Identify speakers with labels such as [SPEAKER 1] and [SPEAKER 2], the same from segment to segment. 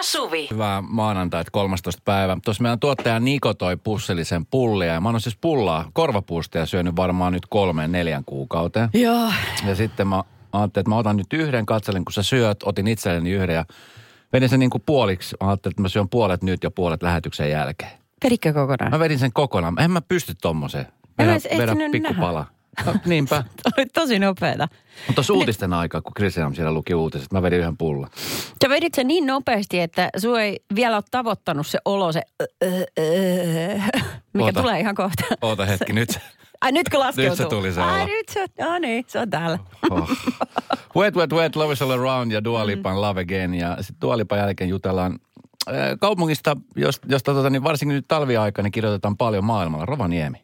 [SPEAKER 1] Suvi.
[SPEAKER 2] Hyvää maanantai, 13. päivä. Tuossa meidän tuottaja Niko toi pussillisen pullia. Ja mä oon siis pullaa, korvapuustia syönyt varmaan nyt kolmeen, neljän kuukauteen.
[SPEAKER 1] Joo.
[SPEAKER 2] Ja sitten mä ajattelin, että mä otan nyt yhden, katselin kun sä syöt, otin itselleni yhden ja vedin sen niin kuin puoliksi. Mä ajattelin, että mä syön puolet nyt ja puolet lähetyksen jälkeen.
[SPEAKER 1] Perikkö kokonaan?
[SPEAKER 2] Mä vedin sen kokonaan. En mä pysty tommoseen.
[SPEAKER 1] En mä
[SPEAKER 2] Vedä,
[SPEAKER 1] edes
[SPEAKER 2] vedä
[SPEAKER 1] ehtinyt
[SPEAKER 2] pikkupala. No, niinpä.
[SPEAKER 1] Tämä oli tosi nopeeta.
[SPEAKER 2] Mutta tuossa uutisten aikaa, kun Kristian siellä luki uutiset, mä vedin yhden pullon.
[SPEAKER 1] Sä vedit sen niin nopeasti, että sua ei vielä ole tavoittanut se olo, se ö, ö, ö, mikä
[SPEAKER 2] Oota.
[SPEAKER 1] tulee ihan kohta.
[SPEAKER 2] Oota hetki nyt.
[SPEAKER 1] Ai nytkö laskeutuu?
[SPEAKER 2] Nyt se tuli se
[SPEAKER 1] Ai
[SPEAKER 2] olo.
[SPEAKER 1] nyt se, no niin, se on täällä.
[SPEAKER 2] Oh. Wet, wet, wet, love is all around ja Dua Lipan Love Again. Ja sitten Dua Lipan jälkeen jutellaan äh, kaupungista, josta, josta tota, niin varsinkin nyt talviaikana niin kirjoitetaan paljon maailmalla. Rovaniemi.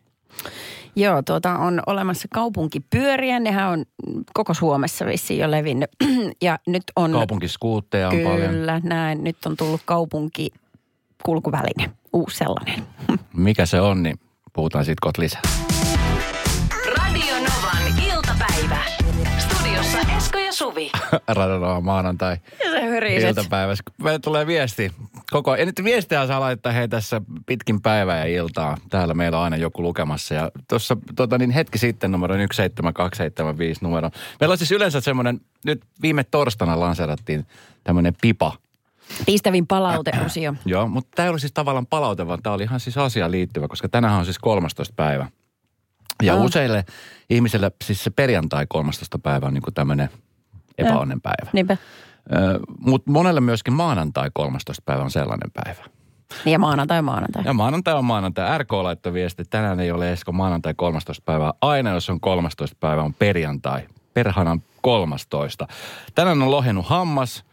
[SPEAKER 1] Joo, tuota on olemassa kaupunkipyöriä, nehän on koko Suomessa vissiin jo levinnyt. ja nyt on...
[SPEAKER 2] Kaupunkiskuutteja on paljon.
[SPEAKER 1] Kyllä, näin. Nyt on tullut kaupunki kulkuväline, uusi sellainen.
[SPEAKER 2] Mikä se on, niin puhutaan siitä kohta lisää.
[SPEAKER 3] Radio Novan iltapäivä. Studiossa Esko ja Suvi.
[SPEAKER 2] Radanoa maanantai.
[SPEAKER 1] Ja sä höriset.
[SPEAKER 2] iltapäivässä. Meille tulee viesti koko ajan. Ja nyt viestejä saa laittaa hei tässä pitkin päivää ja iltaa. Täällä meillä on aina joku lukemassa. Ja tuossa tota niin, hetki sitten numero 17275 numero. Meillä on siis yleensä semmoinen, nyt viime torstaina lanseerattiin tämmöinen pipa.
[SPEAKER 1] Pistävin palauteosio.
[SPEAKER 2] Joo, mutta tämä ei ollut siis tavallaan palaute, vaan tämä oli ihan siis asiaan liittyvä, koska tänään on siis 13. päivä. Ja
[SPEAKER 1] Ah.
[SPEAKER 2] useille ihmisille siis se perjantai 13. päivä on niin tämmöinen epäonnen päivä.
[SPEAKER 1] Niinpä.
[SPEAKER 2] Mutta monelle myöskin maanantai 13. päivä on sellainen päivä.
[SPEAKER 1] Niin ja maanantai maanantai.
[SPEAKER 2] Ja maanantai on maanantai. RK laittoi viesti, että tänään ei ole Esko maanantai 13. päivää. Aina jos on 13. päivä on perjantai. Perhanan 13. Tänään on lohennut hammas.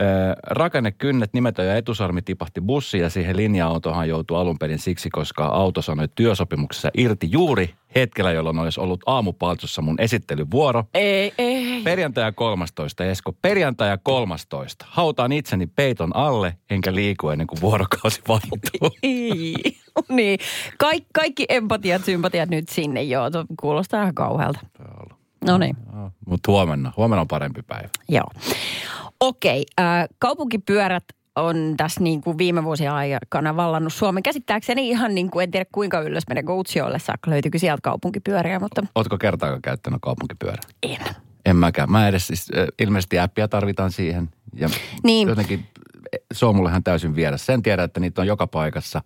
[SPEAKER 2] Ö, Rakennekynnet, nimetön ja etusarmi tipahti bussiin ja siihen linja-autohan joutui alun perin siksi, koska auto sanoi työsopimuksessa irti juuri hetkellä, jolloin olisi ollut aamupaltsussa mun esittelyvuoro.
[SPEAKER 1] Ei, ei.
[SPEAKER 2] Perjantai ja 13, Esko. Perjantai ja 13. Hautaan itseni peiton alle, enkä liiku ennen kuin vuorokausi vaihtuu.
[SPEAKER 1] Ei. niin. Kaik, kaikki empatiat, sympatiat nyt sinne, joo. Tuo kuulostaa ihan kauhealta. No niin,
[SPEAKER 2] Mutta huomenna. Huomenna on parempi päivä.
[SPEAKER 1] joo. Okei, äh, kaupunkipyörät on tässä niin kuin viime vuosien aikana vallannut Suomen. Käsittääkseni ihan niin kuin, en tiedä kuinka ylös menee Goutsiolle saakka, löytyykö sieltä kaupunkipyöriä, mutta
[SPEAKER 2] Ootko kertaakaan käyttänyt kaupunkipyörää?
[SPEAKER 1] en.
[SPEAKER 2] En mäkään. Mä edes siis, äh, ilmeisesti appia tarvitaan siihen. Ja
[SPEAKER 1] Niin.
[SPEAKER 2] Jotenkin eh, se on mulle ihan täysin vieras. Sen tiedän, että niitä on joka paikassa.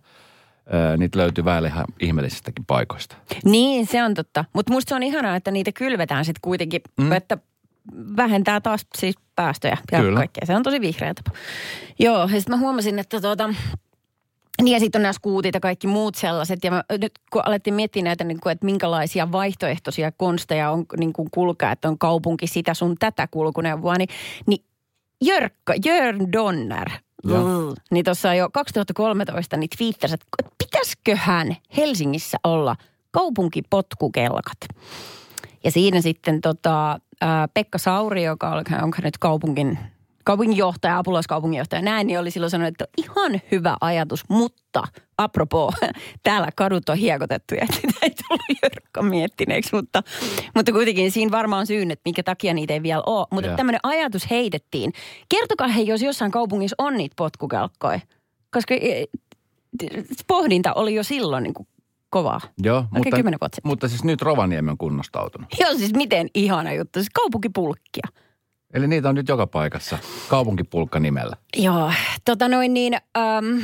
[SPEAKER 2] Äh, Niitä löytyy väelle ihan ihmeellisistäkin paikoista.
[SPEAKER 1] Niin, se on totta. Mutta musta se on ihanaa, että niitä kylvetään sitten kuitenkin, mm. että vähentää taas siis päästöjä ja
[SPEAKER 2] Kyllä.
[SPEAKER 1] Kyllä. kaikkea. Se on tosi vihreä tapa. Joo, ja sitten mä huomasin, että tuota, niin ja sitten on nämä skuutit ja kaikki muut sellaiset. Ja mä, nyt kun alettiin miettiä näitä, niin kuin, että minkälaisia vaihtoehtoisia konsteja on niin kuin kulkaa, että on kaupunki sitä sun tätä kulkuneuvoa, niin, niin Jörkka, Jörn Donner,
[SPEAKER 2] Joo.
[SPEAKER 1] niin tuossa jo 2013 niin twiittasi, että pitäisiköhän Helsingissä olla kaupunkipotkukelkat. Ja siinä sitten tota, ää, Pekka Sauri, joka on, onko hän nyt kaupungin, kaupunginjohtaja, apulaiskaupunginjohtaja ja näin, niin oli silloin sanonut, että ihan hyvä ajatus, mutta apropos, täällä kadut on hiekotettu ja sitä ei tullut Jörkka miettineeksi, mutta, mutta kuitenkin siinä varmaan on syyn, että minkä takia niitä ei vielä ole. Mutta
[SPEAKER 2] Joo.
[SPEAKER 1] tämmöinen ajatus heitettiin. Kertokaa he, jos jossain kaupungissa on niitä potkukelkkoja, koska e, t- pohdinta oli jo silloin niin kuin kovaa.
[SPEAKER 2] Joo,
[SPEAKER 1] Oikein kymmenen vuotta sitten.
[SPEAKER 2] mutta siis nyt Rovaniemi on kunnostautunut.
[SPEAKER 1] Joo, siis miten ihana juttu. Siis kaupunkipulkkia.
[SPEAKER 2] Eli niitä on nyt joka paikassa kaupunkipulkka nimellä.
[SPEAKER 1] Joo, tota noin niin, äm,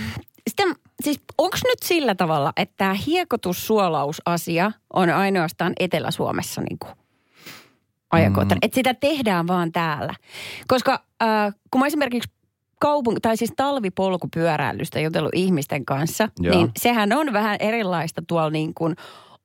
[SPEAKER 1] sitten, siis onko nyt sillä tavalla, että tämä hiekotussuolausasia on ainoastaan Etelä-Suomessa niin kuin ajankohtainen? Mm. Että sitä tehdään vaan täällä. Koska äh, kun mä esimerkiksi kaupunk- tai siis talvipolkupyöräilystä jutellut ihmisten kanssa,
[SPEAKER 2] Joo.
[SPEAKER 1] niin sehän on vähän erilaista tuolla niin kuin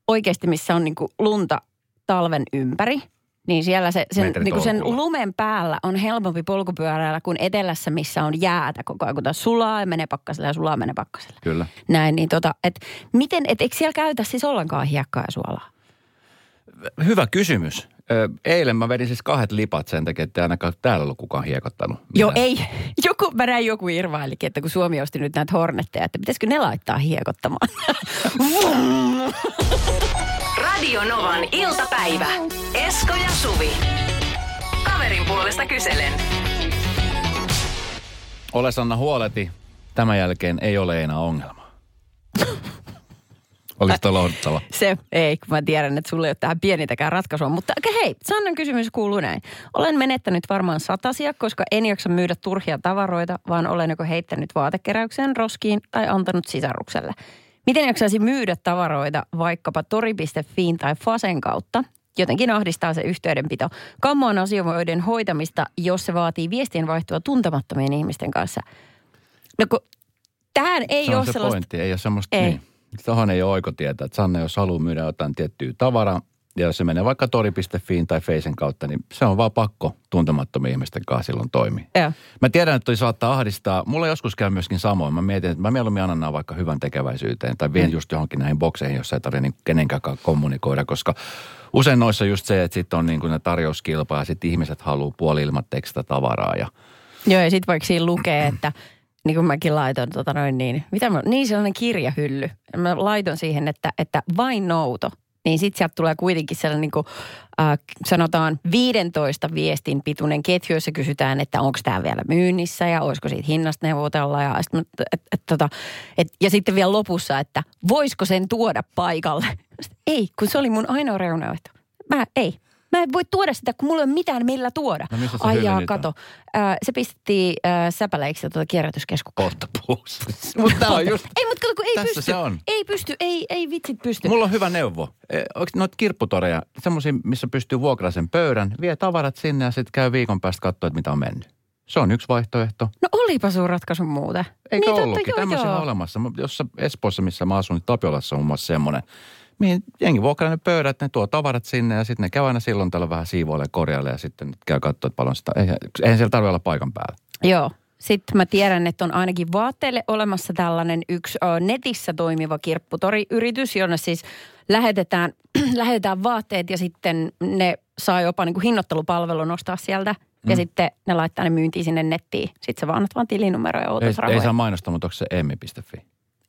[SPEAKER 1] oikeasti, missä on niin kuin lunta talven ympäri. Niin siellä se, sen,
[SPEAKER 2] Metri
[SPEAKER 1] niin kuin sen
[SPEAKER 2] tolkulla.
[SPEAKER 1] lumen päällä on helpompi polkupyöräillä kuin etelässä, missä on jäätä koko ajan, kun taas sulaa ja menee pakkasella ja sulaa ja menee pakkasella.
[SPEAKER 2] Kyllä.
[SPEAKER 1] Näin, niin tota, et miten, et eikö siellä käytä siis ollenkaan hiekkaa ja suolaa?
[SPEAKER 2] Hyvä kysymys. Ö, Eilen mä vedin siis kahdet lipat sen takia, että ei ainakaan täällä ollut kukaan hiekottanut.
[SPEAKER 1] Joo,
[SPEAKER 2] mitään.
[SPEAKER 1] ei. Joku, mä näin joku irvailikin, että kun Suomi osti nyt näitä hornetteja, että pitäisikö ne laittaa hiekottamaan. Vum!
[SPEAKER 3] Radio Novan iltapäivä. Esko ja Suvi. Kaverin puolesta kyselen.
[SPEAKER 2] Ole Sanna huoleti. Tämän jälkeen ei ole enää ongelma. Oliko toi lohduttava?
[SPEAKER 1] Se ei, kun mä tiedän, että sulla ei ole tähän pienitäkään ratkaisua. Mutta okay, hei, Sannan kysymys kuuluu näin. Olen menettänyt varmaan satasia, koska en jaksa myydä turhia tavaroita, vaan olen joko heittänyt vaatekeräykseen, roskiin tai antanut sisarukselle. Miten jaksaisi myydä tavaroita vaikkapa tori.fiin tai Fasen kautta? Jotenkin ahdistaa se yhteydenpito. Kammoan asioiden hoitamista, jos se vaatii viestien vaihtoa tuntemattomien ihmisten kanssa. No kun, tähän ei
[SPEAKER 2] se
[SPEAKER 1] ole
[SPEAKER 2] on se
[SPEAKER 1] sellaista...
[SPEAKER 2] pointti, ei ole semmoista,
[SPEAKER 1] Ei.
[SPEAKER 2] niin. Tuohon ei ole oikotietä, että Sanna jos haluaa myydä jotain tiettyä tavaraa, ja jos se menee vaikka tori.fiin tai Feisen kautta, niin se on vaan pakko tuntemattomien ihmisten kanssa silloin toimia.
[SPEAKER 1] Joo.
[SPEAKER 2] Mä tiedän, että toi saattaa ahdistaa. Mulla joskus käy myöskin samoin. Mä mietin, että mä mieluummin annan nämä vaikka hyvän tekeväisyyteen tai vien just johonkin näihin bokseihin, jossa ei tarvitse niin kenenkään kommunikoida, koska usein noissa just se, että sitten on niin kuin ne tarjouskilpaa ja sitten ihmiset haluaa puoli ilmatteeksi sitä tavaraa ja
[SPEAKER 1] Joo, ja sitten vaikka siinä lukee, että niin kuin mäkin laitoin, tota noin, niin, mitä mä, niin sellainen kirjahylly. Mä laitoin siihen, että, että vain nouto. Niin sitten sieltä tulee kuitenkin sellainen, niin kuin, äh, sanotaan 15 viestin pituinen ketju, jossa kysytään, että onko tämä vielä myynnissä ja olisiko siitä hinnasta neuvotella. Ja, sit, mä- et, et, tota, et, ja sitten vielä lopussa, että voisiko sen tuoda paikalle. Sitten, ei, kun se oli mun ainoa reunaehto. Mä ei. Mä en voi tuoda sitä, kun mulla ei ole mitään millä tuoda.
[SPEAKER 2] No missä se
[SPEAKER 1] Ai
[SPEAKER 2] hylly
[SPEAKER 1] jaa,
[SPEAKER 2] nyt on?
[SPEAKER 1] kato. Ää, se pistettiin ää, säpäleiksi ja tuota kierrätyskeskukseen.
[SPEAKER 2] kohta puus. Mutta tää on just...
[SPEAKER 1] Ei, mutta kato, kun ei
[SPEAKER 2] Oh. Tässä
[SPEAKER 1] pysty.
[SPEAKER 2] se on.
[SPEAKER 1] Ei pysty, ei, ei vitsit pysty.
[SPEAKER 2] Mulla on hyvä neuvo. Eh, Onko noita kirpputoreja, semmoisia, missä pystyy vuokraa sen pöydän, vie tavarat sinne ja sitten käy viikon päästä katsoa, että mitä on mennyt. Se on yksi vaihtoehto.
[SPEAKER 1] No olipa sun ratkaisu muuten.
[SPEAKER 2] Eikö
[SPEAKER 1] Niin, totta,
[SPEAKER 2] ollutkin?
[SPEAKER 1] joo,
[SPEAKER 2] Tämmöisiä
[SPEAKER 1] joo.
[SPEAKER 2] on olemassa. Mä- Jossa Espoossa, missä mä asun, niin Tapiolassa on muun muassa semmoinen, mihin jengi vuokraa ne pöydät, ne tuo tavarat sinne ja sitten ne käy aina silloin tällä vähän siivoille ja korjaille ja sitten käy katsoa, että paljon sitä. Eihän, eihän siellä tarvitse olla paikan päällä.
[SPEAKER 1] Joo. Sitten mä tiedän, että on ainakin vaatteille olemassa tällainen yksi ö, netissä toimiva kirpputoriyritys, jonne siis lähetetään, lähetetään vaatteet ja sitten ne saa jopa niin kuin hinnoittelupalvelun ostaa sieltä.
[SPEAKER 2] Mm.
[SPEAKER 1] Ja sitten ne laittaa ne myyntiin sinne nettiin. Sitten sä vaan annat vaan tilinumero ja
[SPEAKER 2] Ei,
[SPEAKER 1] ootas
[SPEAKER 2] ei
[SPEAKER 1] rahoja.
[SPEAKER 2] saa mainostaa, mutta onko se emmi.fi?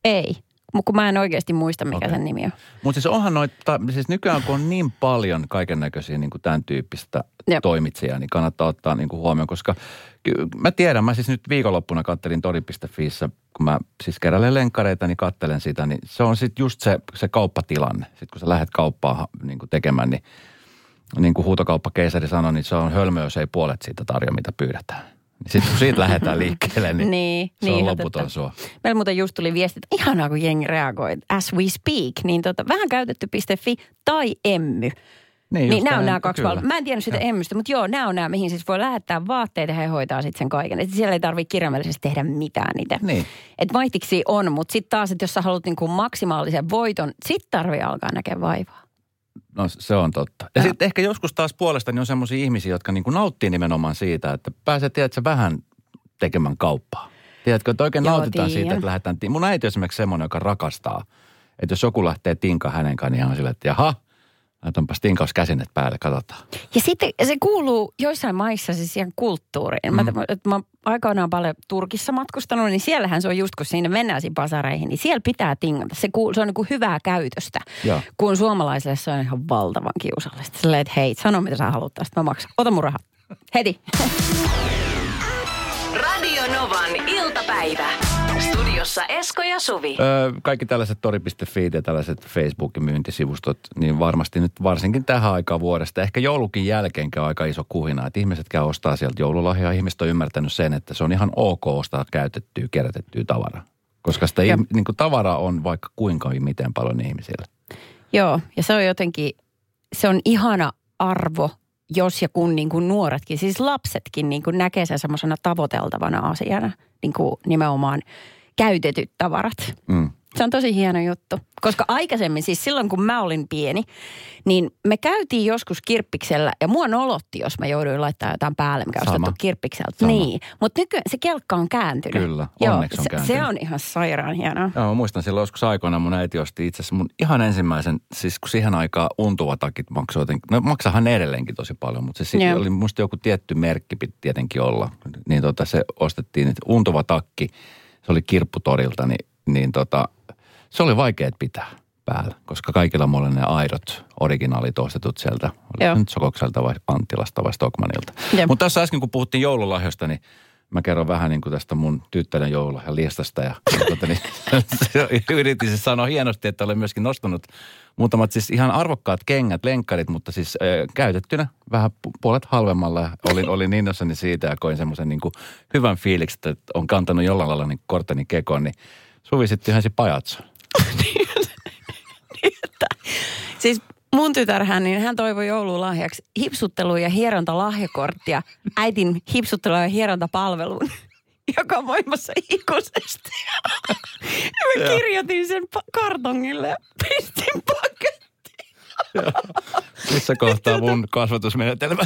[SPEAKER 1] Ei, mutta kun mä en oikeasti muista, mikä
[SPEAKER 2] Okei.
[SPEAKER 1] okay. sen nimi on.
[SPEAKER 2] Mutta siis onhan noita, siis nykyään kun on niin paljon kaiken näköisiä niin tämän tyyppistä
[SPEAKER 1] Jep.
[SPEAKER 2] toimitsijaa, niin kannattaa ottaa niin kuin huomioon, koska ky- mä tiedän, mä siis nyt viikonloppuna kattelin tori.fiissä, kun mä siis keräilen lenkkareita, niin kattelen sitä, niin se on sitten just se, se kauppatilanne. Sitten kun sä lähdet kauppaa niin kuin tekemään, niin niin kuin huutokauppakeisari sanoi, niin se on hölmö, jos ei puolet siitä tarjoa, mitä pyydetään. Sitten kun siitä lähdetään liikkeelle, niin,
[SPEAKER 1] Niin,
[SPEAKER 2] se on
[SPEAKER 1] niin,
[SPEAKER 2] loputon
[SPEAKER 1] totta.
[SPEAKER 2] sua.
[SPEAKER 1] Meillä muuten just tuli viesti, että ihanaa kun jengi reagoi, että as we speak, niin tota, vähän käytetty .fi tai emmy. Niin,
[SPEAKER 2] just
[SPEAKER 1] nämä on
[SPEAKER 2] näin,
[SPEAKER 1] nämä kaksi
[SPEAKER 2] kyllä.
[SPEAKER 1] val- Mä en tiennyt sitä emmystä, mutta joo, nämä on nämä, mihin siis voi lähettää vaatteita ja he hoitaa sitten sen kaiken. Et siellä ei tarvitse kirjaimellisesti tehdä mitään niitä.
[SPEAKER 2] Niin.
[SPEAKER 1] Et vaihtiksi on, mutta sitten taas, että jos sä haluat niinku maksimaalisen voiton, sit tarvii alkaa näkemään vaivaa.
[SPEAKER 2] No se on totta. Ja sitten ehkä joskus taas puolestani on semmoisia ihmisiä, jotka niinku nauttii nimenomaan siitä, että pääsee, tiedätkö, vähän tekemään kauppaa. Tiedätkö, että oikein
[SPEAKER 1] Joo,
[SPEAKER 2] nautitaan siitä,
[SPEAKER 1] tiedän.
[SPEAKER 2] että lähdetään. ti- Mun äiti on esimerkiksi semmoinen, joka rakastaa, että jos joku lähtee tinkaan hänen kanssa, niin hän on silleen, että jaha, laitanpas tinkaus käsinet päälle, katsotaan.
[SPEAKER 1] Ja sitten se kuuluu joissain maissa siis siihen kulttuuriin. Mä, et mä aikoinaan paljon Turkissa matkustanut, niin siellähän se on just, kun siinä mennään siinä pasareihin, niin siellä pitää tingata. Se, kuul, se on niin kuin hyvää käytöstä,
[SPEAKER 2] Joo.
[SPEAKER 1] kun suomalaisille se on ihan valtavan kiusallista. Silleen, että hei, sano mitä sä haluat tästä, mä maksan. Ota mun rahat. Heti.
[SPEAKER 3] Radio Novan iltapäivä. Studiossa Esko ja Suvi.
[SPEAKER 2] Öö, kaikki tällaiset tori.fi ja tällaiset Facebookin myyntisivustot, niin varmasti nyt varsinkin tähän aikaan vuodesta, ehkä joulukin jälkeen käy aika iso kuhina, että ihmiset käy ostaa sieltä joululahjaa. Ihmiset on ymmärtänyt sen, että se on ihan ok ostaa käytettyä, kerätettyä tavaraa. Koska sitä
[SPEAKER 1] Ja-
[SPEAKER 2] ihm, niin kuin tavaraa on vaikka kuinka ja miten paljon ihmisillä.
[SPEAKER 1] Joo, ja se on jotenkin, se on ihana arvo, jos ja kun niin kuin nuoretkin, siis lapsetkin niin kuin näkee sen semmoisena tavoiteltavana asiana, niin kuin nimenomaan käytetyt tavarat.
[SPEAKER 2] Mm.
[SPEAKER 1] Se on tosi hieno juttu, koska aikaisemmin, siis silloin kun mä olin pieni, niin me käytiin joskus kirppiksellä ja mua nolotti, jos mä jouduin laittaa jotain päälle, mikä on
[SPEAKER 2] Sama.
[SPEAKER 1] ostettu kirppikseltä.
[SPEAKER 2] Sama.
[SPEAKER 1] Niin, mutta nykyään se kelkka on kääntynyt.
[SPEAKER 2] Kyllä,
[SPEAKER 1] Joo,
[SPEAKER 2] onneksi on
[SPEAKER 1] se, se
[SPEAKER 2] kääntynyt.
[SPEAKER 1] on ihan sairaan hienoa.
[SPEAKER 2] Joo, mä muistan silloin joskus aikoina mun äiti osti itse asiassa mun ihan ensimmäisen, siis kun siihen aikaan untuvatakit maksoi jotenkin, no maksahan ne edelleenkin tosi paljon, mutta se sitten
[SPEAKER 1] Joo.
[SPEAKER 2] oli musta joku tietty merkki piti tietenkin olla. Niin tota se ostettiin, että untuvatakki, se oli kirpputorilta, niin, niin tota, se oli vaikeet pitää päällä, koska kaikilla mulla oli ne aidot originaalit ostetut sieltä, oli
[SPEAKER 1] Joo.
[SPEAKER 2] se nyt Sokokselta vai Anttilasta vai Stockmanilta.
[SPEAKER 1] Jep.
[SPEAKER 2] Mutta tässä äsken kun puhuttiin joululahjoista, niin Mä kerron vähän niin kuin tästä mun tyttären joulua ja liestasta. Ja, tuota, niin, se yritin siis sanoa hienosti, että olen myöskin nostanut muutamat siis ihan arvokkaat kengät, lenkkarit, mutta siis äh, käytettynä vähän pu- puolet halvemmalla. Ja Olin, olin innossani siitä ja koin semmoisen niin kuin hyvän fiiliksen, että on kantanut jollain lailla niin korteni kekoon, niin Suvi sitten ihan se pajatso.
[SPEAKER 1] Siis mun tytärhän, niin hän toivoi joululahjaksi hipsuttelu- ja hierontalahjakorttia äitin hipsuttelu- ja hierontapalveluun, joka on voimassa ikuisesti. Ja mä kirjoitin sen pa- kartongille ja pistin pakettiin.
[SPEAKER 2] Missä kohtaa mun kasvatusmenetelmä?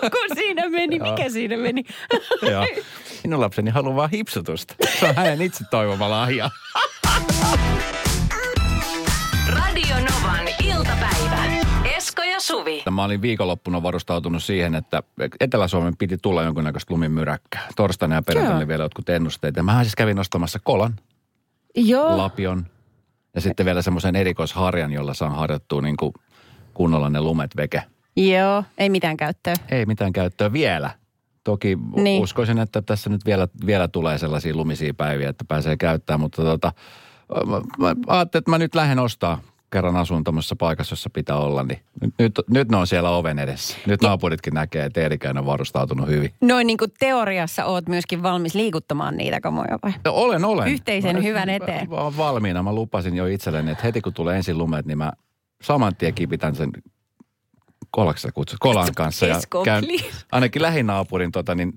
[SPEAKER 1] Kun siinä meni, mikä siinä meni?
[SPEAKER 2] Joo. Minun lapseni haluaa vaan hipsutusta. Se on hänen itse toivoma lahja.
[SPEAKER 3] Radio Novan iltapäivä. Esko ja Suvi.
[SPEAKER 2] Mä olin viikonloppuna varustautunut siihen, että Etelä-Suomen piti tulla jonkinnäköistä lumimyräkkää. Torstaina ja perjantaina
[SPEAKER 1] Joo.
[SPEAKER 2] oli vielä jotkut ennusteet. Ja mähän siis kävin nostamassa kolan,
[SPEAKER 1] Joo.
[SPEAKER 2] lapion ja sitten vielä semmoisen erikoisharjan, jolla saan harjoittua niin kuin kunnolla ne lumet veke.
[SPEAKER 1] Joo, ei mitään käyttöä.
[SPEAKER 2] Ei mitään käyttöä vielä. Toki niin.
[SPEAKER 1] Niin.
[SPEAKER 2] uskoisin, että tässä nyt vielä, vielä tulee sellaisia lumisia päiviä, että pääsee käyttämään, mutta tota, mä, mä ajattelin, että mä nyt lähden ostaa kerran asun tuommoisessa paikassa, jossa pitää olla, niin nyt, nyt, nyt ne on siellä oven edessä. Nyt naapuritkin näkee, että Eerikäinen on varustautunut hyvin.
[SPEAKER 1] Noin niin kuin teoriassa oot myöskin valmis liikuttamaan niitä kamoja vai?
[SPEAKER 2] No, olen, olen.
[SPEAKER 1] Yhteisen
[SPEAKER 2] Mä-
[SPEAKER 1] hyvän
[SPEAKER 2] mä-
[SPEAKER 1] eteen.
[SPEAKER 2] Mä oon valmiina. Mä lupasin jo itselleni, että heti kun tulee ensin lumet, niin mä saman tien kipitän sen kolaksi sä kutsut, kolan kanssa.
[SPEAKER 1] Esko, please.
[SPEAKER 2] ainakin lähinaapurin tota, niin,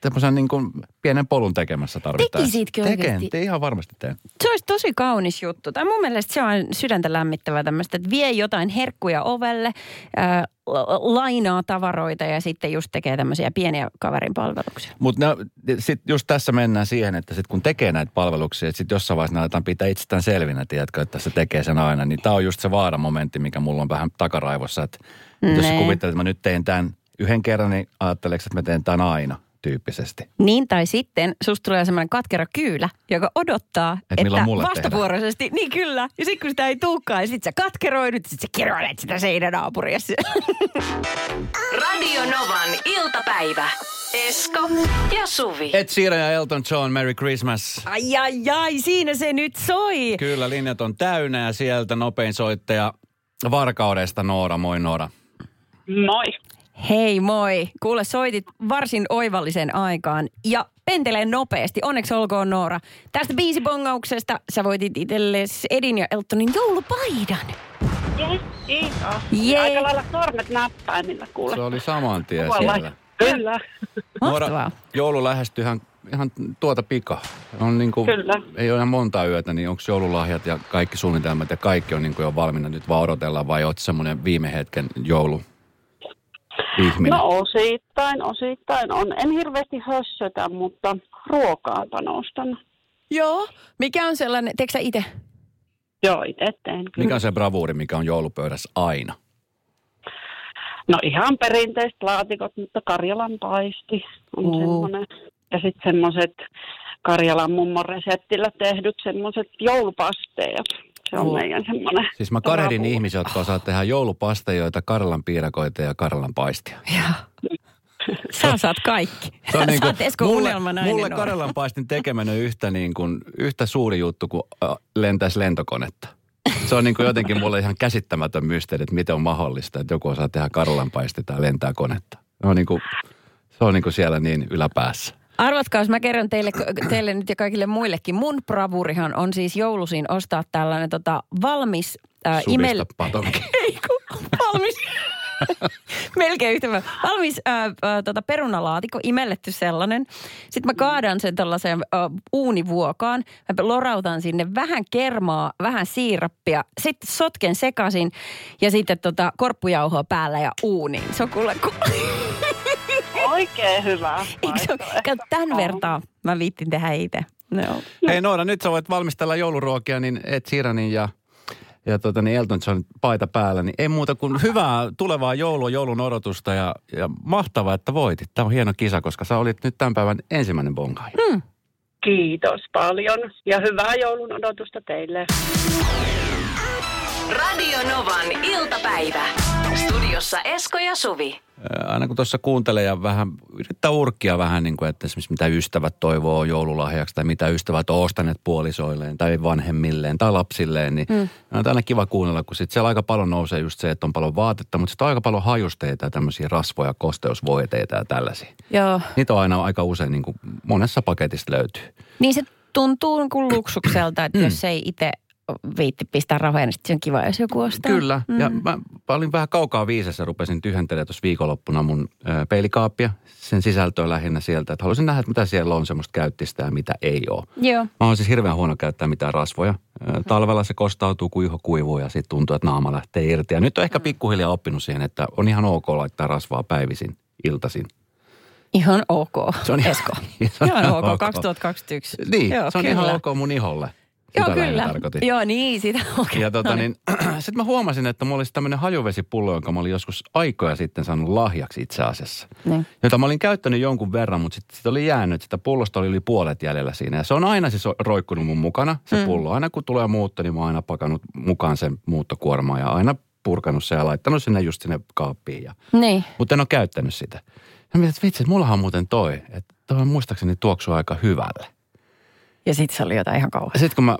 [SPEAKER 2] tämmöisen niin kuin pienen polun tekemässä tarvitaan.
[SPEAKER 1] Tekisitkö
[SPEAKER 2] Tekeen,
[SPEAKER 1] oikeesti?
[SPEAKER 2] te ihan varmasti teen.
[SPEAKER 1] Se olisi tosi kaunis juttu. Tai mun mielestä se on sydäntä lämmittävää tämmöistä, että vie jotain herkkuja ovelle, ää, la- lainaa tavaroita ja sitten just tekee tämmöisiä pieniä kaverin palveluksia.
[SPEAKER 2] Mutta sitten just tässä mennään siihen, että sit kun tekee näitä palveluksia, että sitten jossain vaiheessa ne aletaan pitää itsestään selvinä, tiedätkö, että se tekee sen aina. Niin tämä on just se vaaramomentti, mikä mulla on vähän takaraivossa. Että jos sä
[SPEAKER 1] Nee.
[SPEAKER 2] kuvittelet, että mä nyt teen tämän yhden kerran, niin ajatteleeko, että mä teen tämän aina tyyppisesti.
[SPEAKER 1] Niin tai sitten susta tulee semmoinen katkera kyylä, joka odottaa,
[SPEAKER 2] milloin
[SPEAKER 1] että
[SPEAKER 2] mulle
[SPEAKER 1] vastavuoroisesti, niin kyllä. Ja sitten kun sitä ei tulekaan, ja sitten sä katkeroidut, sitten sä kiroilet sitä seinänaapuriassa.
[SPEAKER 3] Radio Novan iltapäivä. Esko ja Suvi.
[SPEAKER 2] Ed Sheeran ja Elton John, Merry Christmas.
[SPEAKER 1] Ai, ai, ai, siinä se nyt soi.
[SPEAKER 2] Kyllä, linjat on täynnä ja sieltä nopein soittaja Varkaudesta Noora. Moi Noora.
[SPEAKER 4] Moi.
[SPEAKER 1] Hei moi. Kuule, soitit varsin oivallisen aikaan ja pentelee nopeasti. Onneksi olkoon Noora. Tästä biisibongauksesta sä voitit itsellesi Edin ja Eltonin joulupaidan.
[SPEAKER 4] Jee, kiitos.
[SPEAKER 1] Jee.
[SPEAKER 4] Aika lailla sormet näppäimillä kuule.
[SPEAKER 2] Se oli saman tien
[SPEAKER 4] Tuolla.
[SPEAKER 2] siellä.
[SPEAKER 4] Kyllä.
[SPEAKER 1] Mahtavaa.
[SPEAKER 2] joulu lähestyy ihan, ihan tuota pika. On niin kuin,
[SPEAKER 4] Kyllä.
[SPEAKER 2] Ei ole enää monta yötä, niin onko joululahjat ja kaikki suunnitelmat ja kaikki on niin kuin jo valmiina nyt vaan odotellaan vai oot semmoinen viime hetken joulu? Ihminen.
[SPEAKER 4] No osittain, osittain on. En hirveästi hössötä, mutta ruokaa panostan.
[SPEAKER 1] Joo. Mikä on sellainen, teekö sä itse?
[SPEAKER 4] Joo, itse teen kyllä.
[SPEAKER 2] Mikä on se bravuuri, mikä on joulupöydässä aina?
[SPEAKER 4] No ihan perinteiset laatikot, mutta Karjalan paisti on
[SPEAKER 1] Oo.
[SPEAKER 4] semmoinen. Ja sitten semmoiset Karjalan mummon reseptillä tehdyt semmoiset joulupasteja. Se on
[SPEAKER 1] Oo.
[SPEAKER 4] meidän semmoinen.
[SPEAKER 2] Siis mä kadehdin
[SPEAKER 4] bravuuri.
[SPEAKER 2] ihmisiä, jotka osaa tehdä joulupastejoita, karlan piirakoita ja karlan paistia.
[SPEAKER 1] Joo. Sä saat kaikki. Sä
[SPEAKER 2] niinku-
[SPEAKER 1] oot Esko unelmanainen
[SPEAKER 2] mulle
[SPEAKER 1] Noora.
[SPEAKER 2] Karelan paistin tekeminen on yhtä, niin kuin, yhtä suuri juttu kuin äh, lentäisi lentokonetta. Se on niin kuin jotenkin mulle ihan käsittämätön mysteeri, että miten on mahdollista, että joku osaa tehdä Karelan paisti tai lentää konetta. Se on niin kuin, se on niin kuin siellä niin yläpäässä.
[SPEAKER 1] Arvatkaa, jos mä kerron teille, teille nyt ja kaikille muillekin. Mun bravurihan on siis joulusiin ostaa tällainen tota, valmis äh,
[SPEAKER 2] Sudista
[SPEAKER 1] imel...
[SPEAKER 2] patonki.
[SPEAKER 1] Ei kun, valmis. Melkein yhtä hyvä. Valmis äh, äh, tota perunalaatikko, imelletty sellainen. Sitten mä kaadan sen tällaiseen äh, uunivuokaan. Mä lorautan sinne vähän kermaa, vähän siirappia. Sitten sotken sekaisin ja sitten tota korppujauhoa päällä ja uuniin. Se on kuule... Ku...
[SPEAKER 4] Oikein hyvä.
[SPEAKER 1] Eikö se ole? Kato, Tämän vertaa mä viittin tehdä itse. No.
[SPEAKER 2] Hei Noora, nyt sä voit valmistella jouluruokia, niin et Siranin ja, ja tota, niin Elton John paita päällä. Niin ei muuta kuin hyvää tulevaa joulua, joulun odotusta ja, ja mahtavaa, että voitit. Tämä on hieno kisa, koska sä olit nyt tämän päivän ensimmäinen bongaaja.
[SPEAKER 4] Kiitos paljon ja hyvää joulun odotusta teille.
[SPEAKER 3] Radio Novan iltapäivä. Studiossa Studiossa Esko ja Suvi.
[SPEAKER 2] Ää, aina kun tuossa kuuntelee ja vähän yrittää urkkia vähän niin kuin, että esimerkiksi mitä ystävät toivoo joululahjaksi tai mitä ystävät on ostaneet puolisoilleen tai vanhemmilleen tai lapsilleen, niin mm. on aina kiva kuunnella, kun sit siellä aika paljon nousee just se, että on paljon vaatetta, mutta sitten aika paljon hajusteita ja tämmöisiä rasvoja, kosteusvoiteita ja tällaisia.
[SPEAKER 1] Joo.
[SPEAKER 2] Niitä on aina aika usein niin kuin monessa paketista löytyy.
[SPEAKER 1] Niin se tuntuu niin kuin luksukselta, että jos ei itse viitti pistää rahoja, niin sit se on kiva, jos joku ostaa.
[SPEAKER 2] Kyllä, ja mä, mä olin vähän kaukaa viisessä, rupesin tyhjentelemään tuossa viikonloppuna mun ö, peilikaappia, sen sisältöä lähinnä sieltä, että halusin nähdä, että mitä siellä on semmoista käyttistä ja mitä ei ole.
[SPEAKER 1] Joo.
[SPEAKER 2] Mä oon siis hirveän huono käyttää mitään rasvoja.
[SPEAKER 1] Mhm.
[SPEAKER 2] Ö, Talvella se kostautuu, kun iho kuivuu ja sitten tuntuu, että naama lähtee irti. Ja nyt on ehkä
[SPEAKER 1] Mm.
[SPEAKER 2] pikkuhiljaa oppinut siihen, että on ihan ok laittaa rasvaa päivisin, iltaisin.
[SPEAKER 1] Ihan ok,
[SPEAKER 2] Se on ihan-
[SPEAKER 1] Esko.
[SPEAKER 2] se on
[SPEAKER 1] ihan
[SPEAKER 2] ihan
[SPEAKER 1] ok,
[SPEAKER 2] ok.
[SPEAKER 1] 2021.
[SPEAKER 2] Niin,
[SPEAKER 1] Joo,
[SPEAKER 2] se on
[SPEAKER 1] kyllä.
[SPEAKER 2] ihan ok mun iholle.
[SPEAKER 1] Joo,
[SPEAKER 2] Sitä lähinnä
[SPEAKER 1] kyllä.
[SPEAKER 2] tarkoitin.
[SPEAKER 1] Joo, niin, sitä okei.
[SPEAKER 2] Ja tota niin, sitten mä huomasin, että mulla olisi tämmöinen hajuvesipullo, jonka mä olin joskus aikoja sitten saanut lahjaksi itse asiassa.
[SPEAKER 1] Niin.
[SPEAKER 2] Jota mä olin käyttänyt jonkun verran, mutta sitten sit oli jäänyt, sitä pullosta oli yli puolet jäljellä siinä. Ja se on aina siis roikkunut mun mukana, se mm. pullo. Aina kun tulee muutto, niin mä oon aina pakannut mukaan sen muuttokuormaa ja aina purkanut sen ja laittanut sinne just sinne kaappiin. Ja...
[SPEAKER 1] Niin.
[SPEAKER 2] Mutta en ole käyttänyt sitä. Ja mä mietin, että vitsi, että mullahan on muuten toi, että toi on muistaakseni tuoksuu aika hyvälle.
[SPEAKER 1] Ja sitten se oli jotain ihan kauheaa.
[SPEAKER 2] Sitten kun mä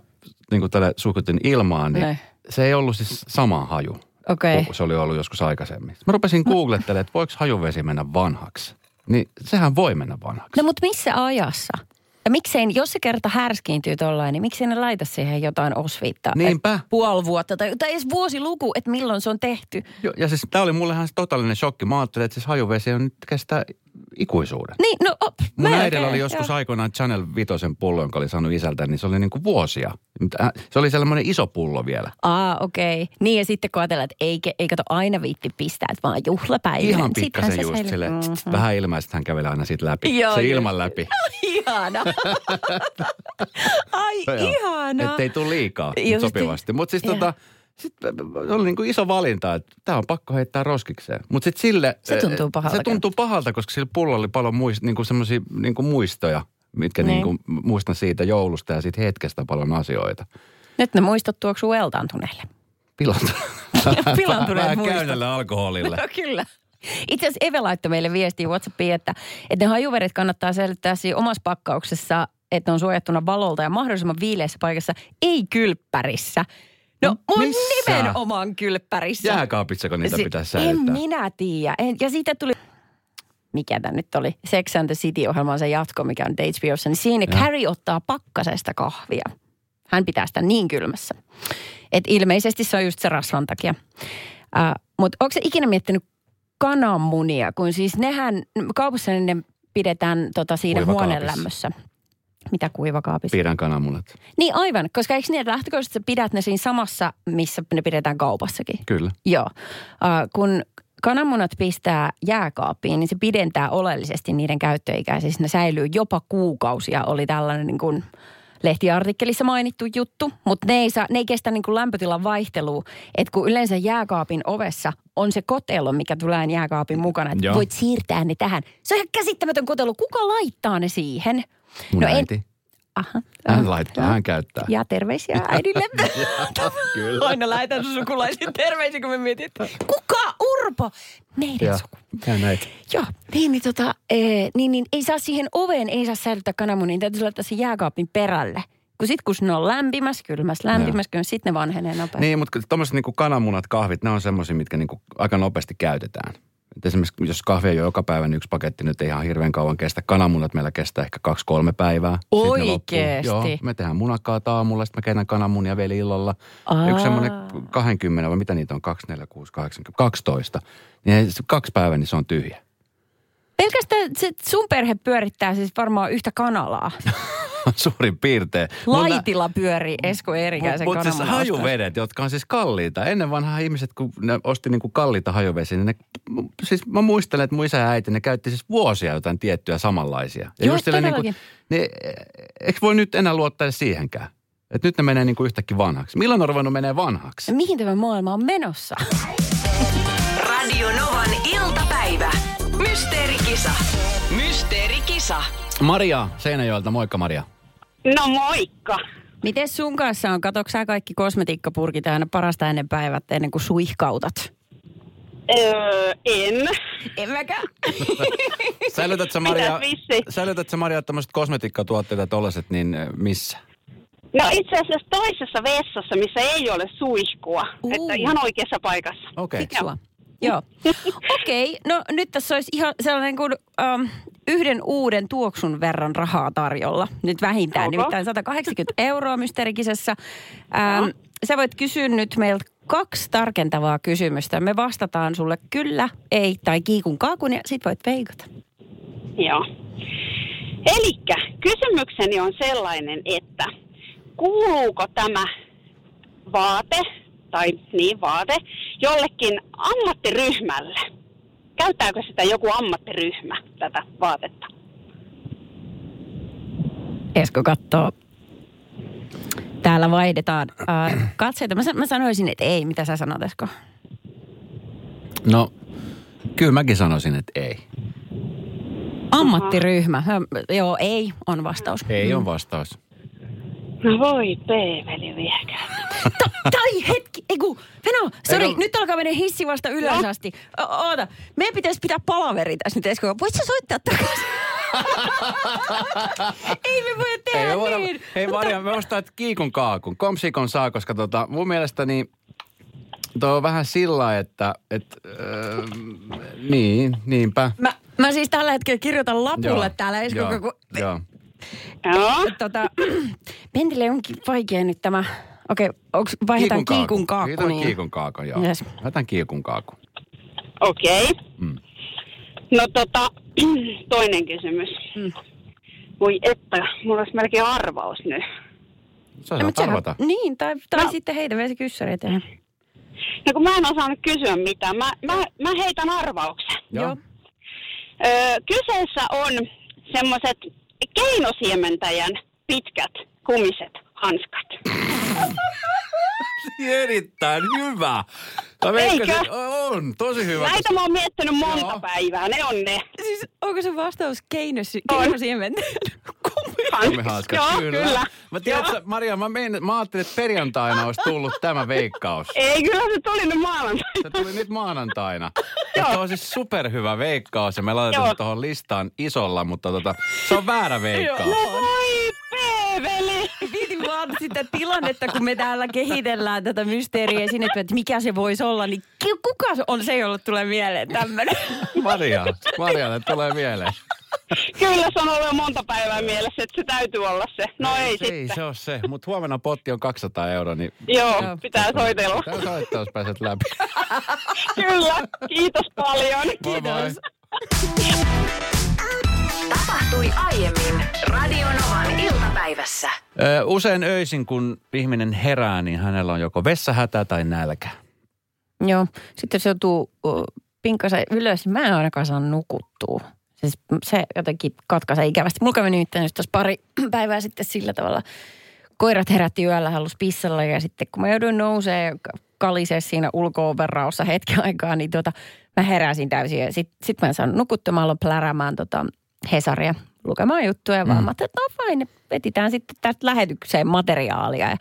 [SPEAKER 2] niin kuin tällä suikutin ilmaan, niin
[SPEAKER 1] Niin.
[SPEAKER 2] se ei ollut siis sama haju.
[SPEAKER 1] Okei.
[SPEAKER 2] kuin Se oli ollut joskus aikaisemmin. Mä rupesin googlettelemaan, että voiko hajuvesi mennä vanhaksi. Niin sehän voi mennä vanhaksi.
[SPEAKER 1] No mutta missä ajassa? Ja miksei, jos se kerta härskiintyy tollain, niin miksei ne laita siihen jotain osviittaa?
[SPEAKER 2] Niinpä.
[SPEAKER 1] Et Puoli vuotta tai, tai edes vuosiluku, että milloin se on tehty.
[SPEAKER 2] Jo, ja siis tämä oli mullehan se totaalinen shokki. Mä ajattelin, että siis hajuvesi on nyt kestää ikuisuuden.
[SPEAKER 1] Niin, no op,
[SPEAKER 2] Mun
[SPEAKER 1] melkein,
[SPEAKER 2] äidillä oli joskus
[SPEAKER 1] joo.
[SPEAKER 2] aikoinaan Channel 5 pullo, jonka oli saanut isältä, niin se oli niin kuin vuosia. Mutta, äh, Se oli sellainen iso pullo vielä.
[SPEAKER 1] Aa, okei. Niin ja sitten kun ajatellaan, että ei, ke- ei kato aina viitti pistää, että vaan juhlapäivänä.
[SPEAKER 2] Ihan
[SPEAKER 1] niin sittenhän
[SPEAKER 2] pikkasen just
[SPEAKER 1] säilyy.
[SPEAKER 2] silleen.
[SPEAKER 1] Mm.
[SPEAKER 2] Mm-hmm. Vähän ilmaista hän kävelee aina siitä läpi.
[SPEAKER 1] Joo,
[SPEAKER 2] se
[SPEAKER 1] just.
[SPEAKER 2] ilman läpi.
[SPEAKER 1] Ihana. Ai,
[SPEAKER 2] Joo.
[SPEAKER 1] ihana.
[SPEAKER 2] Että ei tule liikaa mut
[SPEAKER 1] Just. niin.
[SPEAKER 2] sopivasti. Mutta siis
[SPEAKER 1] Joo.
[SPEAKER 2] tota, sit se oli niinku iso valinta, että tämä on pakko heittää roskikseen. Mutta sitten sille... eh,
[SPEAKER 1] Se tuntuu pahalta
[SPEAKER 2] Se tuntuu pahalta, koska sillä pullolla oli paljon muist, niinku semmoisia niinku muistoja, mitkä
[SPEAKER 1] Niin.
[SPEAKER 2] niinku, muistan siitä joulusta ja siitä hetkestä paljon asioita.
[SPEAKER 1] Nyt ne muistot tuoksuu eltaantuneelle.
[SPEAKER 2] Pilanta.
[SPEAKER 1] Pilaantuneet
[SPEAKER 2] Vähän
[SPEAKER 1] muistot.
[SPEAKER 2] käynnälle alkoholille.
[SPEAKER 1] No kyllä. Itse asiassa Eve laittoi meille viestiä Whatsappiin, että, että ne hajuvedet kannattaa säilyttää siinä omassa pakkauksessa, että ne on suojattuna valolta ja mahdollisimman viileässä paikassa, ei kylppärissä. No,
[SPEAKER 2] No,
[SPEAKER 1] on
[SPEAKER 2] missä?
[SPEAKER 1] nimenomaan kylppärissä.
[SPEAKER 2] Jääkaapitsako niitä
[SPEAKER 1] Se-
[SPEAKER 2] pitäisi
[SPEAKER 1] En
[SPEAKER 2] säilyttää?
[SPEAKER 1] minä tiedä. En- Ja siitä tuli, mikä tämä nyt oli, Sex and the City-ohjelma on se jatko, mikä on HBOssa, niin siinä ja. Carrie ottaa pakkasesta kahvia. Hän pitää sitä niin kylmässä. Et ilmeisesti se on just se rasvan takia. Äh, Mutta onko se ikinä miettinyt kananmunia, kun siis nehän, kaupassa ne pidetään tota siinä
[SPEAKER 2] Kuivakaapissa.
[SPEAKER 1] huoneen lämmössä. Mitä kuivakaapissa?
[SPEAKER 2] Pidän kananmunat.
[SPEAKER 1] Niin aivan, koska eikö niin, että lähtökohtaisesti sä pidät ne siinä samassa, missä ne pidetään kaupassakin?
[SPEAKER 2] Kyllä.
[SPEAKER 1] Joo. Äh, kun kananmunat pistää jääkaappiin, niin se pidentää oleellisesti niiden käyttöikää. Siis ne säilyy jopa kuukausia, oli tällainen niin kuin lehtiartikkelissa mainittu juttu, mutta ne ei, saa, ne ei kestä niin kuin lämpötilan vaihtelua. Et kun yleensä jääkaapin ovessa on se kotelo, mikä tulee jääkaapin mukana, että
[SPEAKER 2] Joo.
[SPEAKER 1] voit siirtää ne tähän. Se on ihan käsittämätön kotelo. Kuka laittaa ne siihen?
[SPEAKER 2] Mun
[SPEAKER 1] No en-
[SPEAKER 2] no
[SPEAKER 1] Ah,
[SPEAKER 2] äiti. En...
[SPEAKER 1] Aha.
[SPEAKER 2] Hän laittaa, hän käyttää.
[SPEAKER 1] Ja terveisiä äidille.
[SPEAKER 2] Kyllä.
[SPEAKER 1] Aina lähetän sun sukulaisiin terveisiä, kun me mietin, että kuka Urpo? Meidän
[SPEAKER 2] Ja,
[SPEAKER 1] suku.
[SPEAKER 2] ja näitä.
[SPEAKER 1] Joo, niin, niin, tota, ee, niin, niin ei saa siihen oveen, ei saa säilyttää kananmunia, niin täytyy laittaa se jääkaapin perälle. Kun sit kun ne on lämpimässä, kylmässä, lämpimässä, kylmässä, sit ne vanhenee nopeasti.
[SPEAKER 2] Niin, mutta tuommoiset niinku kananmunat, kahvit, ne on semmoisia, mitkä niinku aika nopeasti käytetään. Et esimerkiksi jos kahvia jo joka päivä, niin yksi paketti nyt ei ihan hirveän kauan kestä. Kananmunat meillä kestää ehkä kaksi-kolme päivää. Sitten ne loppuu.
[SPEAKER 1] Oikeesti?
[SPEAKER 2] Joo, me tehdään munakkaata aamulla, sitten mä keitän kananmunia vielä illalla.
[SPEAKER 1] Aa.
[SPEAKER 2] Aa. Yksi semmoinen 20, vai mitä niitä on, 2, 4, 6, 8, 12. Niin ei- se kaksi päivää, niin se on tyhjä.
[SPEAKER 1] Pelkästään se, sun perhe pyörittää siis varmaan yhtä kanalaa.
[SPEAKER 2] Suurin piirtein. Mulla-
[SPEAKER 1] Laitilla pyörii Esko Eerikäisen
[SPEAKER 2] Mutta siis
[SPEAKER 1] kananmunan ostamisessa.
[SPEAKER 2] hajuvedet, jotka on siis kalliita. Ennen vanhaa ihmiset, kun ne osti niinku kalliita hajuvesiä, niin ne, m- siis mä muistelen, että mun isä ja äiti, ne käytti siis vuosia jotain tiettyä samanlaisia. Ja
[SPEAKER 1] Joo,
[SPEAKER 2] silleen
[SPEAKER 1] todellakin.
[SPEAKER 2] niin, eikö voi nyt enää luottaa edes siihenkään? Että nyt ne menee niinku yhtäkkiä vanhaksi. Milloin on ruvennut menee vanhaksi?
[SPEAKER 1] Mihin tämä maailma on menossa?
[SPEAKER 3] Radio Novan iltapäivä. Mysteerikisa. Mysteerikisa.
[SPEAKER 2] Maria Seinäjoelta, moikka Maria.
[SPEAKER 4] No moikka.
[SPEAKER 1] Miten sun kanssa on? Katoksaa kaikki kosmetiikkapurkit aina parasta ennen päivät ennen kuin suihkautat?
[SPEAKER 4] Öö, en.
[SPEAKER 1] En mäkään.
[SPEAKER 2] Säilytät sä Maria,
[SPEAKER 4] Maria- Pitäis vissiin.
[SPEAKER 2] säilytät sä Maria tämmöiset kosmetiikkatuotteet tollaset, niin missä?
[SPEAKER 4] No itse asiassa toisessa vessassa, missä ei ole suihkua.
[SPEAKER 1] Uu.
[SPEAKER 4] Että ihan oikeassa paikassa.
[SPEAKER 2] Okei.
[SPEAKER 1] Fiksua. Joo. Okei, no nyt tässä olisi ihan sellainen kuin um, yhden uuden tuoksun verran rahaa tarjolla. Nyt vähintään,
[SPEAKER 4] Onko?
[SPEAKER 1] nimittäin 180 euroa mysteerikisessä. Ähm, sä voit kysyä nyt meiltä kaksi tarkentavaa kysymystä. Me vastataan sulle kyllä, ei tai kiikun kaakun ja sit voit veikata.
[SPEAKER 4] Joo. Elikkä kysymykseni on sellainen, että kuuluuko tämä vaate, tai niin vaate, jollekin ammattiryhmälle? Käyttääkö sitä joku ammattiryhmä, tätä vaatetta?
[SPEAKER 1] Esko katsoo. Täällä vaihdetaan äh, katseita. Mä, sa- mä sanoisin, että ei. Mitä sä sanot, Esko?
[SPEAKER 2] No, kyllä mäkin sanoisin, että ei.
[SPEAKER 1] Ammattiryhmä. Ö, Joo, ei on vastaus.
[SPEAKER 2] Ei on vastaus.
[SPEAKER 4] No voi peeveli viekää.
[SPEAKER 1] Ta- tai hetki, ei kun, Veno, sorry,
[SPEAKER 2] Ei, no-
[SPEAKER 1] nyt alkaa mennä hissi vasta ylös asti. O- oota, meidän pitäisi pitää palaveri tässä nyt, Esko. Voit sä soittaa takaisin? ei me voi tehdä
[SPEAKER 2] Ei voida,
[SPEAKER 1] niin.
[SPEAKER 2] hei Maria, me ostaa kiikun kaakun, komsikon saa, koska tota, mun mielestäni tuo on vähän sillä, että, että öö, niin, niinpä.
[SPEAKER 1] Mä, mä siis tällä hetkellä kirjoitan lapulle
[SPEAKER 2] Joo,
[SPEAKER 1] täällä, Esko,
[SPEAKER 2] joo,
[SPEAKER 1] kun
[SPEAKER 2] Joo.
[SPEAKER 4] Joo.
[SPEAKER 1] tota, Pentille onkin vaikea nyt tämä. Okei, okay, vaihdetaan kiikun kaakku. niin-
[SPEAKER 2] Kiikun, kiikun kaakku, joo.
[SPEAKER 1] Yes.
[SPEAKER 2] Jätän kiikun kaakku.
[SPEAKER 4] Okei.
[SPEAKER 2] Mm.
[SPEAKER 4] No tota, toinen kysymys. Voi että, mulla olisi melkein arvaus nyt.
[SPEAKER 2] Sä
[SPEAKER 1] No,
[SPEAKER 2] saat
[SPEAKER 1] mutta sehän-
[SPEAKER 2] arvata.
[SPEAKER 1] Niin, tai, tai
[SPEAKER 4] No.
[SPEAKER 1] sitten heitä vielä se kyssäri eteen.
[SPEAKER 4] No kun mä en osannut kysyä mitään, mä, mä, mä heitän arvauksen.
[SPEAKER 2] Joo.
[SPEAKER 4] Öö, kyseessä on semmoiset keinosiementäjän pitkät kumiset hanskat.
[SPEAKER 2] Tuota Erittäin hyvä. Mä
[SPEAKER 4] Eikö?
[SPEAKER 2] veikkasin- On, tosi hyvä.
[SPEAKER 4] Näitä mä oon miettinyt monta
[SPEAKER 2] Joo.
[SPEAKER 4] päivää, ne on ne.
[SPEAKER 1] Siis onko se vastaus keinos,
[SPEAKER 4] On.
[SPEAKER 1] keinosiemen? Kumpi?
[SPEAKER 2] Kummihaskat,
[SPEAKER 4] Joo, kyllä.
[SPEAKER 2] Mä tiedätkö, Maria, mä, mein, mä ajattelin, että perjantaina olisi tullut tämä veikkaus.
[SPEAKER 4] Ei, kyllä se tuli nyt maanantaina.
[SPEAKER 2] Se tuli nyt maanantaina. Ja Tämä on siis superhyvä veikkaus ja me laitetaan
[SPEAKER 4] Joo.
[SPEAKER 2] se tuohon listaan isolla, mutta tota, se on väärä veikkaus.
[SPEAKER 4] No Voi peeveli!
[SPEAKER 1] Mietin vaan Niin, sitä tilannetta, kun me täällä kehitellään tätä mysteeriä sinne, että mikä se voisi olla, niin ki- kuka se on se, jolle tulee mieleen tämmöinen?
[SPEAKER 2] Maria, Marialle tulee mieleen.
[SPEAKER 4] Kyllä se on ollut jo monta päivää mielessä, että se täytyy olla se. No ei,
[SPEAKER 2] Ei
[SPEAKER 4] sitten.
[SPEAKER 2] Niin se ole se, mutta huomenna potti on 200 euroa, niin
[SPEAKER 4] Joo,
[SPEAKER 1] Joo.
[SPEAKER 4] pitää soitella.
[SPEAKER 2] pitää soittaa, jos pääset läpi.
[SPEAKER 4] Kyllä, kiitos paljon.
[SPEAKER 2] Moi moi.
[SPEAKER 3] Tapahtui aiemmin Radionovan iltapäivässä.
[SPEAKER 2] Ö, Usein öisin, kun ihminen herää, niin hänellä on joko vessahätä tai nälkä.
[SPEAKER 1] Joo, sitten jos joutuu uh, pinkkansa ylös, niin mä en ainakaan saa nukuttua. Siis se jotenkin katkaisee ikävästi. Mulla kävi nimittäin just tuossa pari päivää sitten sillä tavalla. Koirat herätti yöllä, halusi pissalla ja sitten kun mä jouduin nousee ja ka- kalisee siinä ulko hetken aikaa, niin tuota, mä heräsin täysin ja sitten sit mä en saanut nukuttua. Mä aloin pläräämään tota Hesaria lukemaan juttuja ja vaan mm. mä ajattelin, että no fine, vetitään sitten tästä lähetykseen materiaalia. Ja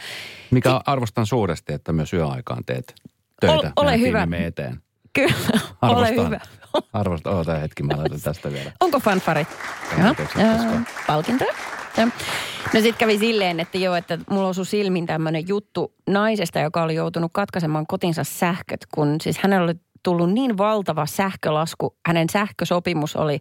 [SPEAKER 2] Mikä arvostan suuresti, että myös yöaikaan teet töitä.
[SPEAKER 1] Ol- ole
[SPEAKER 2] meidän
[SPEAKER 1] hyvä.
[SPEAKER 2] tiimimme eteen.
[SPEAKER 1] kyllä,
[SPEAKER 2] Arvostan.
[SPEAKER 1] ole hyvä.
[SPEAKER 2] Arvostan. Oota hetki, mä laitan tästä vielä.
[SPEAKER 1] Onko fanfarit?
[SPEAKER 2] Ei, anteeksi, koska-
[SPEAKER 1] Palkintoja. Joo. No sitten kävi silleen, että joo, että mulla osui silmin tämmöinen juttu naisesta, joka oli joutunut katkaisemaan kotinsa sähköt, kun siis hänellä oli tullut niin valtava sähkölasku. Hänen sähkösopimus oli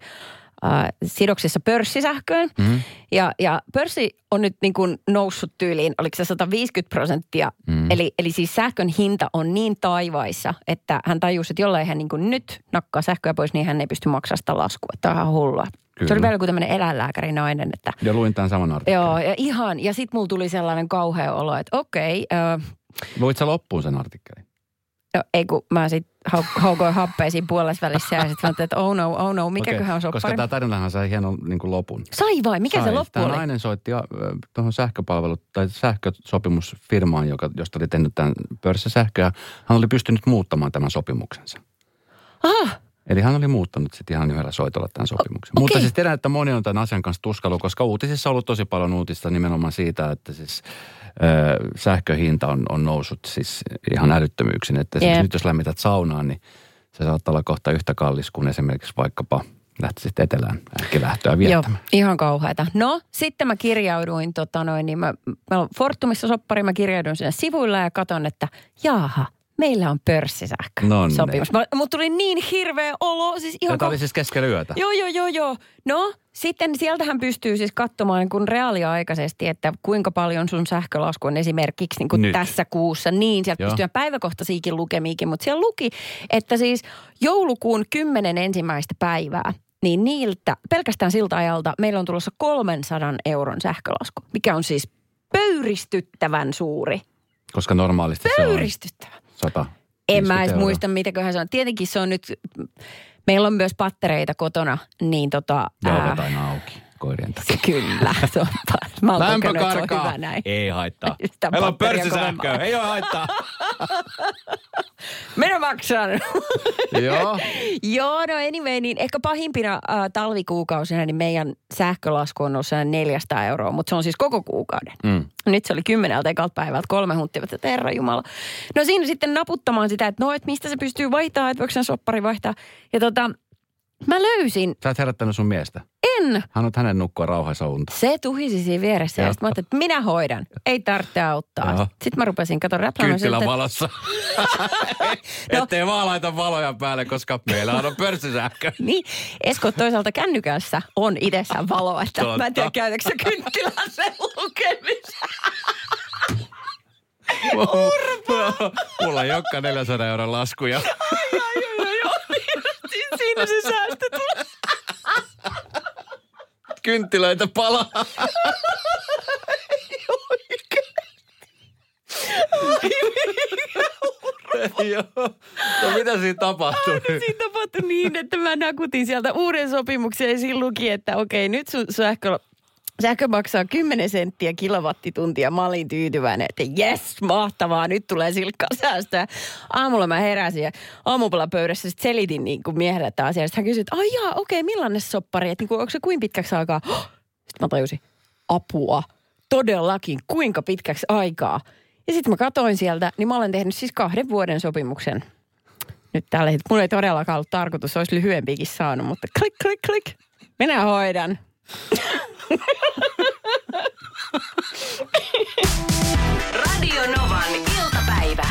[SPEAKER 1] äh, sidoksissa pörssisähköön.
[SPEAKER 2] Mm,
[SPEAKER 1] Mm-hmm. Ja, ja pörssi on nyt niin kuin noussut tyyliin, oliko se 150 prosenttia.
[SPEAKER 2] Mm.
[SPEAKER 1] Mm-hmm. Eli, eli siis sähkön hinta on niin taivaissa, että hän tajusi, että jollei hän niin kuin nyt nakkaa sähköä pois, niin hän ei pysty maksamaan sitä laskua. Tämä on ihan hullua. Se oli
[SPEAKER 2] Kyllä.
[SPEAKER 1] vielä joku tämmöinen eläinlääkärinainen, että
[SPEAKER 2] Ja luin tämän saman artikkelin.
[SPEAKER 1] joo, ja ihan. Ja sitten mulla tuli sellainen kauhea olo, että okei, ö,
[SPEAKER 2] Luit sä loppuun sen artikkelin?
[SPEAKER 1] no, ei kun mä sitten haukoin happeisiin puolessa välissä ja sitten että oh no, oh no, mikäköhän on
[SPEAKER 2] Koska
[SPEAKER 1] soppari.
[SPEAKER 2] tämä tarinahan sai hienon niin kuin lopun.
[SPEAKER 1] Sai vai, mikä
[SPEAKER 2] sai.
[SPEAKER 1] se loppu
[SPEAKER 2] Tämä
[SPEAKER 1] oli?
[SPEAKER 2] nainen soitti äh, tuohon sähköpalvelu tai sähkösopimusfirmaan, joka, josta oli tehnyt tämän pörssisähköä. Hän oli pystynyt muuttamaan tämän sopimuksensa.
[SPEAKER 1] Ah,
[SPEAKER 2] Eli hän oli muuttanut sitten ihan yhdellä soitolla tämän sopimuksen.
[SPEAKER 1] okei.
[SPEAKER 2] Mutta siis tiedän, että moni on tämän asian kanssa tuskailu, koska uutisissa on ollut tosi paljon uutista nimenomaan siitä, että siis ö, sähköhinta on, on noussut siis ihan älyttömyyksiin. Että
[SPEAKER 1] Jep.
[SPEAKER 2] yeah. nyt jos lämmität saunaan, niin
[SPEAKER 5] se saattaa olla kohta yhtä kallis kuin esimerkiksi vaikkapa lähtisit etelään äkkilähtöä viettämään.
[SPEAKER 1] Joo, ihan kauheata. No, sitten mä kirjauduin, tota noin, niin mä, mä olen Fortumissa soppari, mä kirjauduin sinne sivuilla ja katon, että jaaha, meillä on pörssisähkö
[SPEAKER 5] Nonne.
[SPEAKER 1] sopimus. Mä- Mulla tuli niin hirveä olo, siis ihan
[SPEAKER 5] Tämä
[SPEAKER 1] kau-
[SPEAKER 5] oli siis keskellä yötä.
[SPEAKER 1] Joo, joo, joo, joo. No, sitten sieltähän pystyy siis katsomaan kun reaaliaikaisesti, että kuinka paljon sun sähkölasku on esimerkiksi niin kuin
[SPEAKER 5] Nyt.
[SPEAKER 1] tässä kuussa. Niin, sieltä
[SPEAKER 5] Joo.
[SPEAKER 1] pystyy päiväkohtaisiinkin lukemiinkin, mutta siellä luki, että siis joulukuun kymmenen ensimmäistä päivää, niin niiltä, pelkästään siltä ajalta meillä on tulossa 300 euron sähkölasku, mikä on siis pöyristyttävän suuri.
[SPEAKER 5] Koska normaalisti se on
[SPEAKER 1] Pöyristyttävä.
[SPEAKER 5] sata.
[SPEAKER 1] En mä
[SPEAKER 5] 50
[SPEAKER 1] edes
[SPEAKER 5] euroa.
[SPEAKER 1] muista, mitäköhän se on. Tietenkin se on nyt, meillä on myös pattereita kotona, niin tota...
[SPEAKER 5] Ja
[SPEAKER 1] ää,
[SPEAKER 5] ovet aina auki koirien takia.
[SPEAKER 1] se Kyllä, se on pa- Mä oon
[SPEAKER 2] Lämpö
[SPEAKER 1] kokenut, että se on
[SPEAKER 2] karkaa.
[SPEAKER 1] hyvä näin.
[SPEAKER 2] Ei haittaa.
[SPEAKER 1] Sitä
[SPEAKER 2] Meillä on
[SPEAKER 1] patteria
[SPEAKER 2] pörssisähköä.
[SPEAKER 1] kovemmalle.
[SPEAKER 2] Ei ole haittaa.
[SPEAKER 1] Minä maksan.
[SPEAKER 5] Joo.
[SPEAKER 1] Joo, no anyway, niin ehkä pahimpina äh, talvikuukausina niin meidän sähkölasku on ollut sellainen 400 euroa, mutta se on siis koko kuukauden.
[SPEAKER 5] Mm.
[SPEAKER 1] Nyt se oli kymmeneltä ekalta päivältä, kolme hunttivat, että herra jumala. No siinä sitten naputtamaan sitä, että no, että mistä se pystyy vaihtaa, että voiko sen soppari vaihtaa. Ja tota, mä löysin,
[SPEAKER 5] Sä et herättänyt sun miestä.
[SPEAKER 1] en
[SPEAKER 5] Hän on hänen nukkua rauhaisa unta.
[SPEAKER 1] Se tuhisi siinä vieressä ja
[SPEAKER 5] Joo.
[SPEAKER 1] sitten mä ajattelin, että minä hoidan. Ei tarvitse auttaa.
[SPEAKER 5] Joo.
[SPEAKER 1] Sitten mä rupesin katsomaan räpläämään
[SPEAKER 5] Kynttilän
[SPEAKER 1] siltä, että
[SPEAKER 5] valossa.
[SPEAKER 1] No.
[SPEAKER 5] Ettei vaan laita valoja päälle, koska meillä on pörssisähkö.
[SPEAKER 1] niin, Esko toisaalta kännykässä on itsessään valoa, että
[SPEAKER 5] Totta.
[SPEAKER 1] mä en tiedä käytätkö sä kynttilän sen lukemiseen.
[SPEAKER 5] Urpa! Mulla ei olekaan 400 euron laskuja.
[SPEAKER 1] Joo, joo, justiin siinä se säästö tulee.
[SPEAKER 5] Kynttilöitä palaa. Joo. No mitä siinä tapahtui?
[SPEAKER 1] Siinä tapahtui niin, että mä nakutin sieltä uuden sopimuksen ja siinä luki, että okei, nyt sun sähkö, sähkö maksaa 10 senttiä kilowattituntia. Mä olin tyytyväinen, että jes, mahtavaa, nyt tulee silkkaa säästöä. Aamulla mä heräsin ja aamupalapöydässä sit selitin niin kuin miehelle taas. Ja hän kysyi, että ai jaa, okei, millainen soppari, että niin kuin, onko se kuin pitkäksi aikaa? Sitten mä tajusin, apua, todellakin, kuinka pitkäksi aikaa. Ja sitten mä katoin sieltä, niin mä olen tehnyt siis kahden vuoden sopimuksen nyt tällä hetkellä. Mulla ei todellakaan ollut tarkoitus, olisi lyhyempikin saanut, mutta klik, klik, klik. Minä hoidan.
[SPEAKER 3] Radio Novan iltapäivä.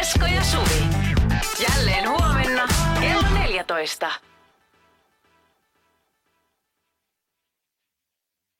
[SPEAKER 3] Esko ja Suvi. Jälleen huomenna kello 14.